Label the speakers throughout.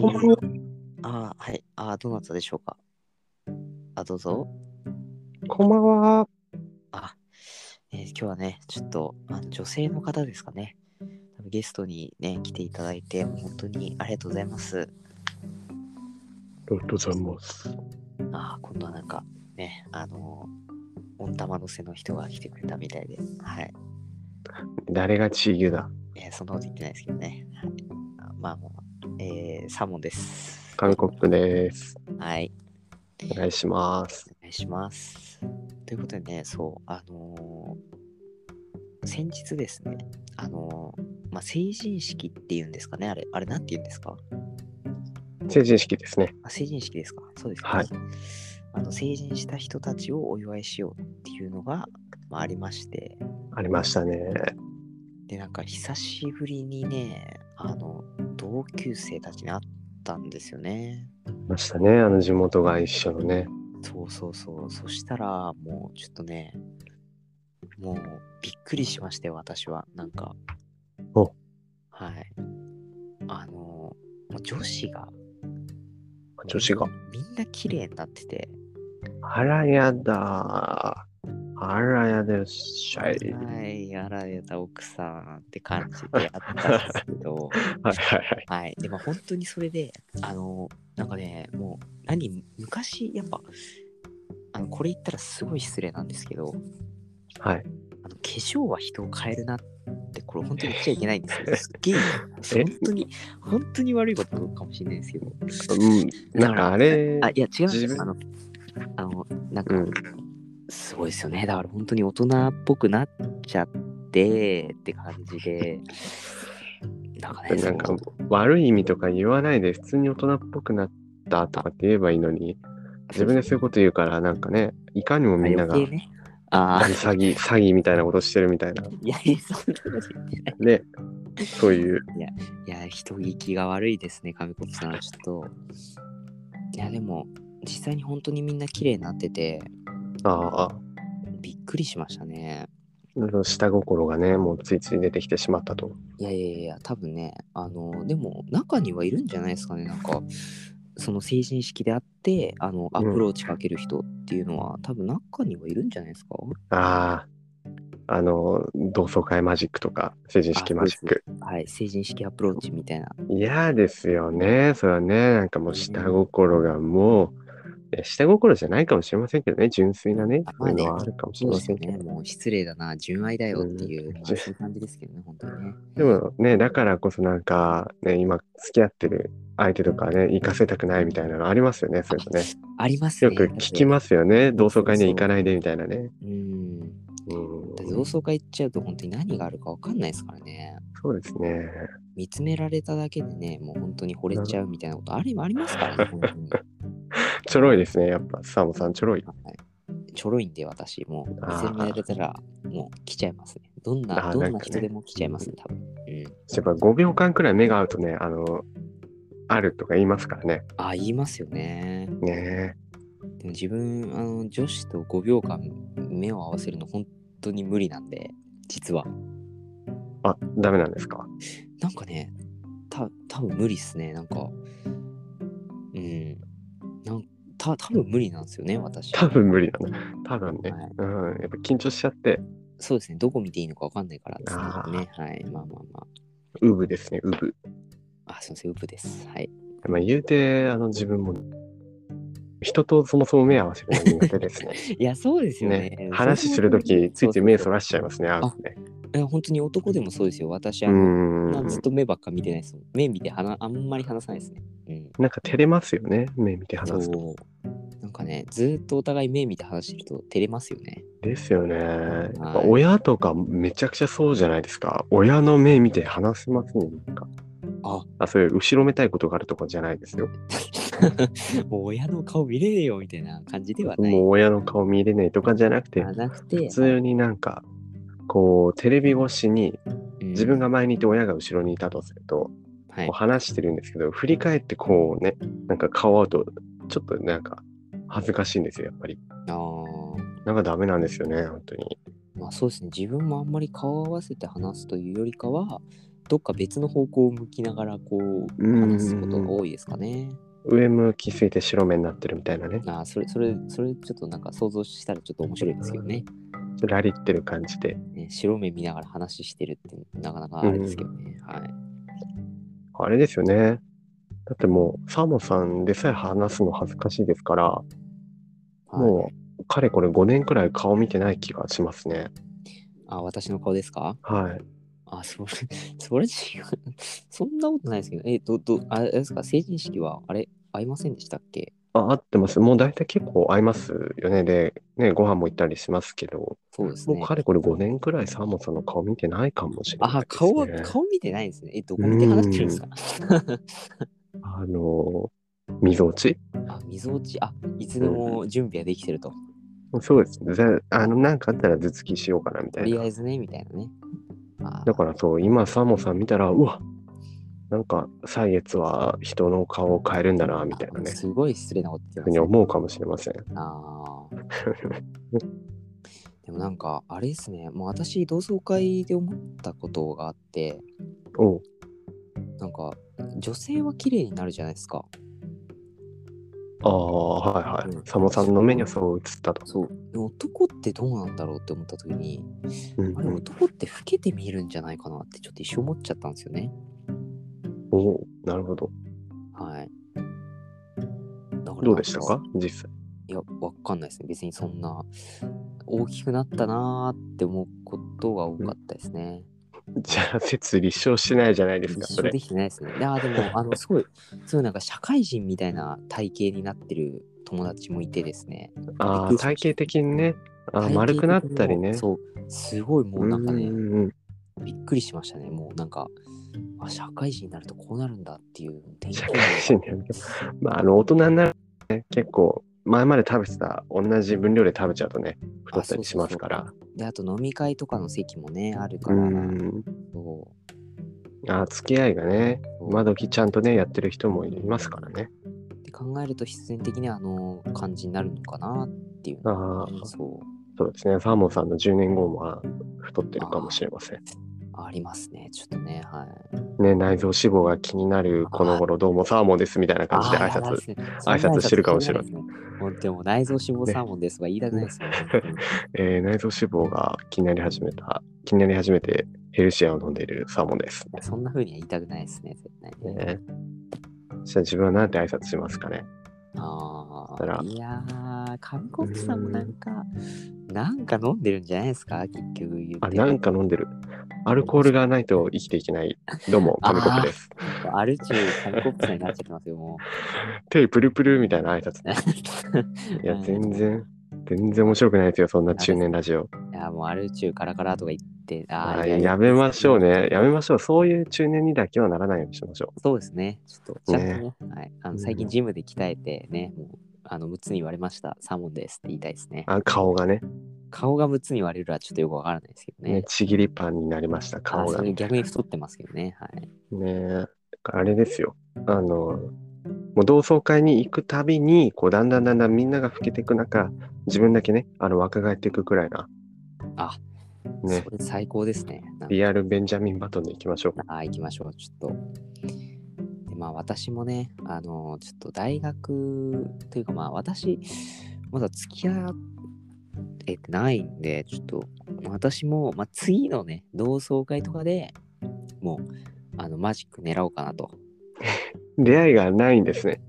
Speaker 1: この
Speaker 2: あーはい。あーどなたでしょうか。あ、どうぞ。
Speaker 1: こんばんは。
Speaker 2: あ、えー今日はね、ちょっとあの女性の方ですかね。多分ゲストにね、来ていただいて、本当にありがとうございます。
Speaker 1: ロッドさんも。
Speaker 2: あー今度はなんか、ね、あのー温玉のせの人が来てくれたみたいで、はい。
Speaker 1: 誰がチーユだ
Speaker 2: えーそんなこと言ってないですけどね。はい、あまあまあ、えーサーモンです。
Speaker 1: 韓国です。
Speaker 2: はい。
Speaker 1: お願いします。
Speaker 2: お願いします。ということでね、そう、あのー先日ですね、あのーまあ、成人式っていうんですかね、あれ、あれなんて言うんですか
Speaker 1: 成人式ですね。
Speaker 2: あ成人式ですかそうですね。
Speaker 1: はい
Speaker 2: あの成人した人たちをお祝いしようっていうのが、まあ、ありまして、
Speaker 1: ありましたね。
Speaker 2: で、なんか久しぶりにね、あの、同級生たちに会ったんですよね。
Speaker 1: ましたね。あの地元が一緒のね。
Speaker 2: そうそうそう。そしたら、もうちょっとね、もうびっくりしましたよ、私は。なんか。
Speaker 1: お
Speaker 2: はい。あの、もう女子が
Speaker 1: 女子が。
Speaker 2: みんな綺麗になってて、
Speaker 1: あらやだ。あらやでっしゃい。
Speaker 2: はい、やられた奥さんって感じであったんですけど、
Speaker 1: はいはいはい。
Speaker 2: はい。でも本当にそれで、あの、なんかね、もう、何、昔、やっぱ、あの、これ言ったらすごい失礼なんですけど、
Speaker 1: はい。
Speaker 2: あの化粧は人を変えるなって、これ本当に言っちゃいけないんですけど、すっげえ、本当に、本当に悪いことかもしれないですけど、
Speaker 1: うん、なんかあれ
Speaker 2: あ、、いや、違うん
Speaker 1: 自
Speaker 2: です
Speaker 1: 分
Speaker 2: あの、あの、なんか、
Speaker 1: うん、
Speaker 2: すごいですよね。だから本当に大人っぽくなっちゃってって感じで、なんかね、
Speaker 1: なん
Speaker 2: そ
Speaker 1: か
Speaker 2: の
Speaker 1: 悪い意味とか言わないで普通に大人っぽくなったとかって言えばいいのに自分でそういうこと言うからなんかねいかにもみんなが
Speaker 2: あ余計ね、ああ、
Speaker 1: 詐欺詐欺みたいなことしてるみたいない
Speaker 2: やいや、そんなこと言ってない。
Speaker 1: ねそういう
Speaker 2: いや、人聞きが悪いですね、神子さん。ちょっと。いや、でも、実際に本当にみんな綺麗になってて、
Speaker 1: ああ
Speaker 2: びっくりしましたね。
Speaker 1: 下心がねもうついつい出てきてしまったと
Speaker 2: いやいやいや、多分ね、あの、でも、中にはいるんじゃないですかね、なんか、その成人式であって、あの、アプローチかける人っていうのは、多分中にはいるんじゃないですか
Speaker 1: あああの同窓会マジックとか成人式マジック
Speaker 2: はい、成人式アプローチみたいな。
Speaker 1: 嫌ですよねそれはねなんかもう下心がもういや下心じゃないかもしれませんけどね純粋なね
Speaker 2: あまあ
Speaker 1: そういう
Speaker 2: ね
Speaker 1: のはあるかもし
Speaker 2: そ
Speaker 1: れ
Speaker 2: う
Speaker 1: ま
Speaker 2: です
Speaker 1: せ
Speaker 2: よ
Speaker 1: んけど
Speaker 2: ね、もう失礼だな、純愛だよっていう、
Speaker 1: うん
Speaker 2: まあ、そういう感じですけどね、本当 にね。
Speaker 1: でもね、だからこそなんか、ね、今付き合ってる相手とかね、行かせたくないみたいなのありますよね、そういうのね。
Speaker 2: あります
Speaker 1: よ
Speaker 2: ね。
Speaker 1: く聞きますよね、同窓会には行かないでみたいなね。
Speaker 2: うん。
Speaker 1: うん
Speaker 2: だって同窓会行っちゃうと本当に何があるか分かんないですからね。
Speaker 1: そうですね。
Speaker 2: 見つめられただけでね、もう本当に惚れちゃうみたいなことあればありますからね、本当に。は
Speaker 1: ちょろいですね、やっぱ、サーモさん、ちょろい。
Speaker 2: いちょろいんで私、もう見
Speaker 1: あー
Speaker 2: せられたらもう来ちゃいますね。どん
Speaker 1: あ
Speaker 2: な、
Speaker 1: ー
Speaker 2: どん
Speaker 1: な
Speaker 2: なん
Speaker 1: かね
Speaker 2: 人でも来ちゃいますね、多分。うん。
Speaker 1: やっぱ5秒間くらい目が合うとね、あの、あるとか言いますからね。
Speaker 2: ああ、言いますよね。
Speaker 1: ね
Speaker 2: でも自分、あの、女子と5秒間目を合わせるの本当に無理なんで、実は。
Speaker 1: えあ、ダメなんですか
Speaker 2: なんかね、た多分無理っすね。なんか、うん。なんた多分無理なんですよね、私。
Speaker 1: 多分無理なんだ。多分ね。
Speaker 2: はい
Speaker 1: うん、やっぱ緊張しちゃって、
Speaker 2: そうですね、どこ見ていいのかわかんないからっつ
Speaker 1: あ
Speaker 2: って
Speaker 1: ー
Speaker 2: ね。はい、まあまあま
Speaker 1: ウブですね、ウブ。
Speaker 2: あ。あ、すいません、ウブです。はい。
Speaker 1: まあ、言うて、あの、自分も、人とそもそも目合わせるの苦手ですね。
Speaker 2: いや、そうですよね。
Speaker 1: ね、話するとき、ついつい目そらしちゃいますね、あね。
Speaker 2: す。いや本当に男でもそうですよ。私、
Speaker 1: う
Speaker 2: あ
Speaker 1: ー
Speaker 2: の、
Speaker 1: ん。
Speaker 2: ずっと目ばっか見てないですもん。目見て話、あんまり話さないですね。うん。
Speaker 1: なんか照れますよね、目見て話すと。
Speaker 2: そう。なんかね、ずーっとお互い目見て話してると照れますよね。
Speaker 1: ですよね。やっぱ親とかめちゃくちゃそうじゃないですか。親の目見て話せますもん、なんか。
Speaker 2: あ
Speaker 1: あ、そういう後ろめたいことがあるとかじゃないですよ。
Speaker 2: もう親の顔見れねえよみたいな感じではない。
Speaker 1: もう親の顔見れないとかじゃなくて
Speaker 2: じゃ、なく
Speaker 1: 普
Speaker 2: て、
Speaker 1: 通になんか、こう、テレビ越しに
Speaker 2: うん
Speaker 1: 自分が前にいて親が後ろにいたとすると、
Speaker 2: はい
Speaker 1: こう、話してるんですけど、振り返ってこうね、なんか顔合うと、ちょっとなんか恥ずかしいんですよ、やっぱり。
Speaker 2: あー
Speaker 1: なんかダメなんですよね、本当に。
Speaker 2: まあそうですね、自分もあんまり顔を合わせて話すというよりかは、どっか別の方向を向きながらこう
Speaker 1: うんうんうん
Speaker 2: 話すことが多いですかね。
Speaker 1: 上向きすぎて白目になってるみたいなね。
Speaker 2: あーそれそれそれちょっとなんか想像したらちょっと面白いですけどね。
Speaker 1: ラリってる感じで。
Speaker 2: ね白目見ながら話してるってなかなかあれですけどね。はい。
Speaker 1: あれですよね。だってもう、サーモンさんでさえ話すの恥ずかしいですから、
Speaker 2: はい
Speaker 1: もう、かれこれ5年くらい顔見てない気がしますね。
Speaker 2: あ私の顔ですか
Speaker 1: はい。
Speaker 2: あ、それ、 それ違う。 そんなことないですけど、え、ど、ど、ああれですか、成人式は、あれ、会いませんでしたっけ
Speaker 1: あ、合ってます。もう大体結構合いますよね。で、ね、ご飯も行ったりしますけど、
Speaker 2: そうです
Speaker 1: もう
Speaker 2: ね。
Speaker 1: かれこれ5年くらいサーモンさんの顔見てないかもしれないです、
Speaker 2: あ
Speaker 1: ね。、
Speaker 2: 顔は、顔見てないですね。え、どこ見て話してるんですか
Speaker 1: あのー、溝落ち
Speaker 2: あ、溝落ち、あ、いつでも準備はできてると。
Speaker 1: そうですね。じゃあ、あの、なんかあったら頭突きしようかなみた
Speaker 2: と
Speaker 1: い
Speaker 2: り
Speaker 1: な
Speaker 2: あ。えずね、みたいなね。あ
Speaker 1: だからそう、今、サーモンさん見たら、うわなんか、歳月は人の顔を変えるんだな、みたいな
Speaker 2: あ
Speaker 1: ね、
Speaker 2: すごい失礼なこと言っ
Speaker 1: ふ
Speaker 2: て
Speaker 1: うに
Speaker 2: ますね。
Speaker 1: 思うかもしれません。
Speaker 2: あーでもなんか、あれですね、もう私、同窓会で思ったことがあって、
Speaker 1: おう
Speaker 2: なんか、女性は綺麗になるじゃないですか。
Speaker 1: ああ、はいは
Speaker 2: うん
Speaker 1: い。サモさんの目にはそう映ったと。
Speaker 2: そうでも男ってどうなんだろうって思った時に
Speaker 1: うん
Speaker 2: あれ
Speaker 1: うん、
Speaker 2: 男って老けて見えるんじゃないかなってちょっと一瞬思っちゃったんですよね
Speaker 1: おうなるほど。
Speaker 2: はいだから
Speaker 1: どうでしたか実際。
Speaker 2: いやわかんないですね別にそんな大きくなったなーって思うことが多かったですね、
Speaker 1: じゃあ、説立証してないじゃないですか、
Speaker 2: 一
Speaker 1: そ
Speaker 2: 緒
Speaker 1: れ
Speaker 2: で。きてないですねいやーで もあのすごいそういうなんか社会人みたいな体型になってる友達もいてですねび
Speaker 1: ああ、
Speaker 2: っくり
Speaker 1: 体
Speaker 2: しました
Speaker 1: 型的にね、あー
Speaker 2: 体型
Speaker 1: 丸
Speaker 2: 的
Speaker 1: くなったり
Speaker 2: に
Speaker 1: ね
Speaker 2: も。そうすごいもうなんかね、
Speaker 1: うんうんうん
Speaker 2: びっくりしましたね。もうなんか、あ社会人になるとこうなるんだっていう転
Speaker 1: 社
Speaker 2: 機
Speaker 1: 会人になる まあ、あの、大人になるとね、結構、前まで食べてた、同じ分量で食べちゃうとね、太ったりしますから。
Speaker 2: で、あと飲み会とかの席もね、あるか
Speaker 1: う
Speaker 2: ら、
Speaker 1: ん。
Speaker 2: そ
Speaker 1: あ付き合いがね、
Speaker 2: う。
Speaker 1: 今時ちゃんとね、やってる人もいますからね。
Speaker 2: って考えると必然的にあの感じになるのかなっていう。
Speaker 1: ああ、
Speaker 2: そう。
Speaker 1: そうですね。サーモンさんの10年後も太ってるかもしれません。
Speaker 2: ありますね。ちょっとね、はい。
Speaker 1: ね、内臓脂肪が気になるこの頃、どうもサーモンですみたいな感じで挨
Speaker 2: あーやばいっ
Speaker 1: 拶。
Speaker 2: すね
Speaker 1: 挨拶してるかもしれない
Speaker 2: そんな挨拶してないですね本当にもう内臓脂肪サーモンですとか言いたくないですよね。本当に
Speaker 1: えー内臓脂肪が気になり始めた、気になり始めてヘルシアを飲んでいるサーモンです。
Speaker 2: いやそんな風には言いたくないですね、絶対ね。
Speaker 1: ね、じゃあ自分はなんて挨拶しますかね。
Speaker 2: あ
Speaker 1: たら
Speaker 2: あ、いやー、紙コップさんもなんか、なんか飲んでるんじゃないですか、結局言って。
Speaker 1: あ、なんか飲んでる。アルコールがないと生きていけない。どうも、紙コップです。
Speaker 2: アルチュー紙コップさんになっちゃってますよ、もう。
Speaker 1: 手プルプルみたいな挨拶。いや、
Speaker 2: うん
Speaker 1: 全然、全然面白くないですよ、そんな中年ラジオ。
Speaker 2: いや、もうアルチューカラカラとか言って、あ
Speaker 1: は
Speaker 2: ー
Speaker 1: い、やめましょう。ね。やめましょう。そういう中年にだけはならないようにしましょ
Speaker 2: そうですね、ちょっと、ちゃんとね、
Speaker 1: ね
Speaker 2: はい、あ
Speaker 1: う
Speaker 2: の
Speaker 1: ん
Speaker 2: 最近ジムで鍛えてね、もう、あの、6つに言われました、サーモンですって言いたいですね
Speaker 1: う。。あ顔がね
Speaker 2: 顔が6つに言われるのはちょっとよくわからないですけどね。
Speaker 1: ね、ちぎりパンになりました、
Speaker 2: あ
Speaker 1: 顔
Speaker 2: ー
Speaker 1: が。
Speaker 2: それ
Speaker 1: ね
Speaker 2: 逆に太ってますけどね、はい。
Speaker 1: あれですよ。あの、もう同窓会に行くたびに、こう、だんだんだんだんみんなが老けていく中、自分だけね、あの、若返っていくくらいな、
Speaker 2: あ、
Speaker 1: ね
Speaker 2: そ、れ最高ですね。なんか
Speaker 1: リアルベンジャミン・バトンで行きましょう。
Speaker 2: あー行きましょう、ちょっと。で、まあ私もね、あのーちょっと大学というかまあ私、まだ付き合えてないんで、ちょっと私も、まあ、次のね、同窓会とかでもう、あの、マジック狙おうかなと。
Speaker 1: 出会いがないんです ね。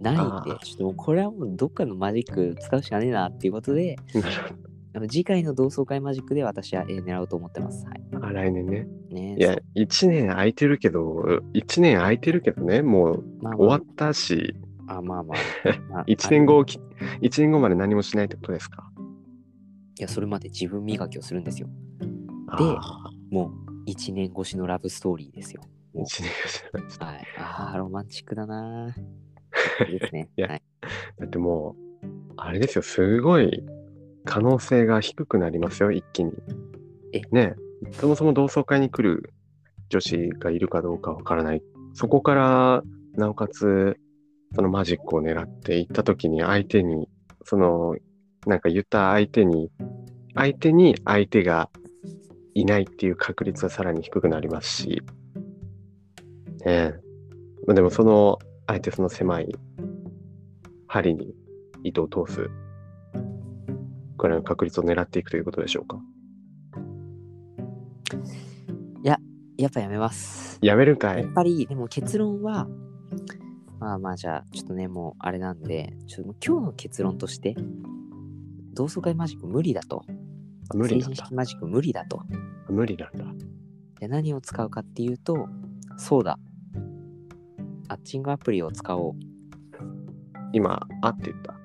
Speaker 2: ないん
Speaker 1: あ
Speaker 2: で
Speaker 1: ー、
Speaker 2: ちょっともうこれはもうどっかのマジック使うしかねえなっていうことで、
Speaker 1: なるほ
Speaker 2: あの次回の同窓会マジックで私は、えー狙おうと思ってます。はい。
Speaker 1: どあ、来年ね。
Speaker 2: ね
Speaker 1: いや、1年空いてるけど、1年空いてるけどね、もう
Speaker 2: まあまあ、
Speaker 1: 終わったし、
Speaker 2: あま あまあ。まあ
Speaker 1: 1年後をき、一年後まで何もしないってことですか。
Speaker 2: いや、それまで自分磨きをするんですよ。
Speaker 1: あ
Speaker 2: もう1年越しのラブストーリーですよ。
Speaker 1: ー一年後じゃない
Speaker 2: はい。ああ、ロマンチックだなー。いいですね。
Speaker 1: いや
Speaker 2: はい、
Speaker 1: だってもう、あれですよ、すごい可能性が低くなりますよ、一気に
Speaker 2: え。
Speaker 1: ねえそもそも同窓会に来る女子がいるかどうかわからない。そこから、なおかつ、そのマジックを狙っていったときに相手に、その、なんか言った相手に、相手に相手がいないっていう確率はさらに低くなりますし、ねえまあ、でもその、あえてその狭い針に糸を通すくらいの確率を狙っていくということでしょうか。
Speaker 2: やっぱやめます。
Speaker 1: やめるんか
Speaker 2: や
Speaker 1: い
Speaker 2: っぱり、でも結論は、まあまあじゃあ、ちょっとね、もうあれなんで、ちょっともう今日の結論として、同窓会マジック無理だと。
Speaker 1: あ無理な
Speaker 2: 成
Speaker 1: ん
Speaker 2: 人
Speaker 1: だ
Speaker 2: 式。マジック無理だと。
Speaker 1: 無理なんだ。
Speaker 2: で何を使うかっていうと、そうだ。アッチングアプリを使おう。
Speaker 1: 今、あって言った。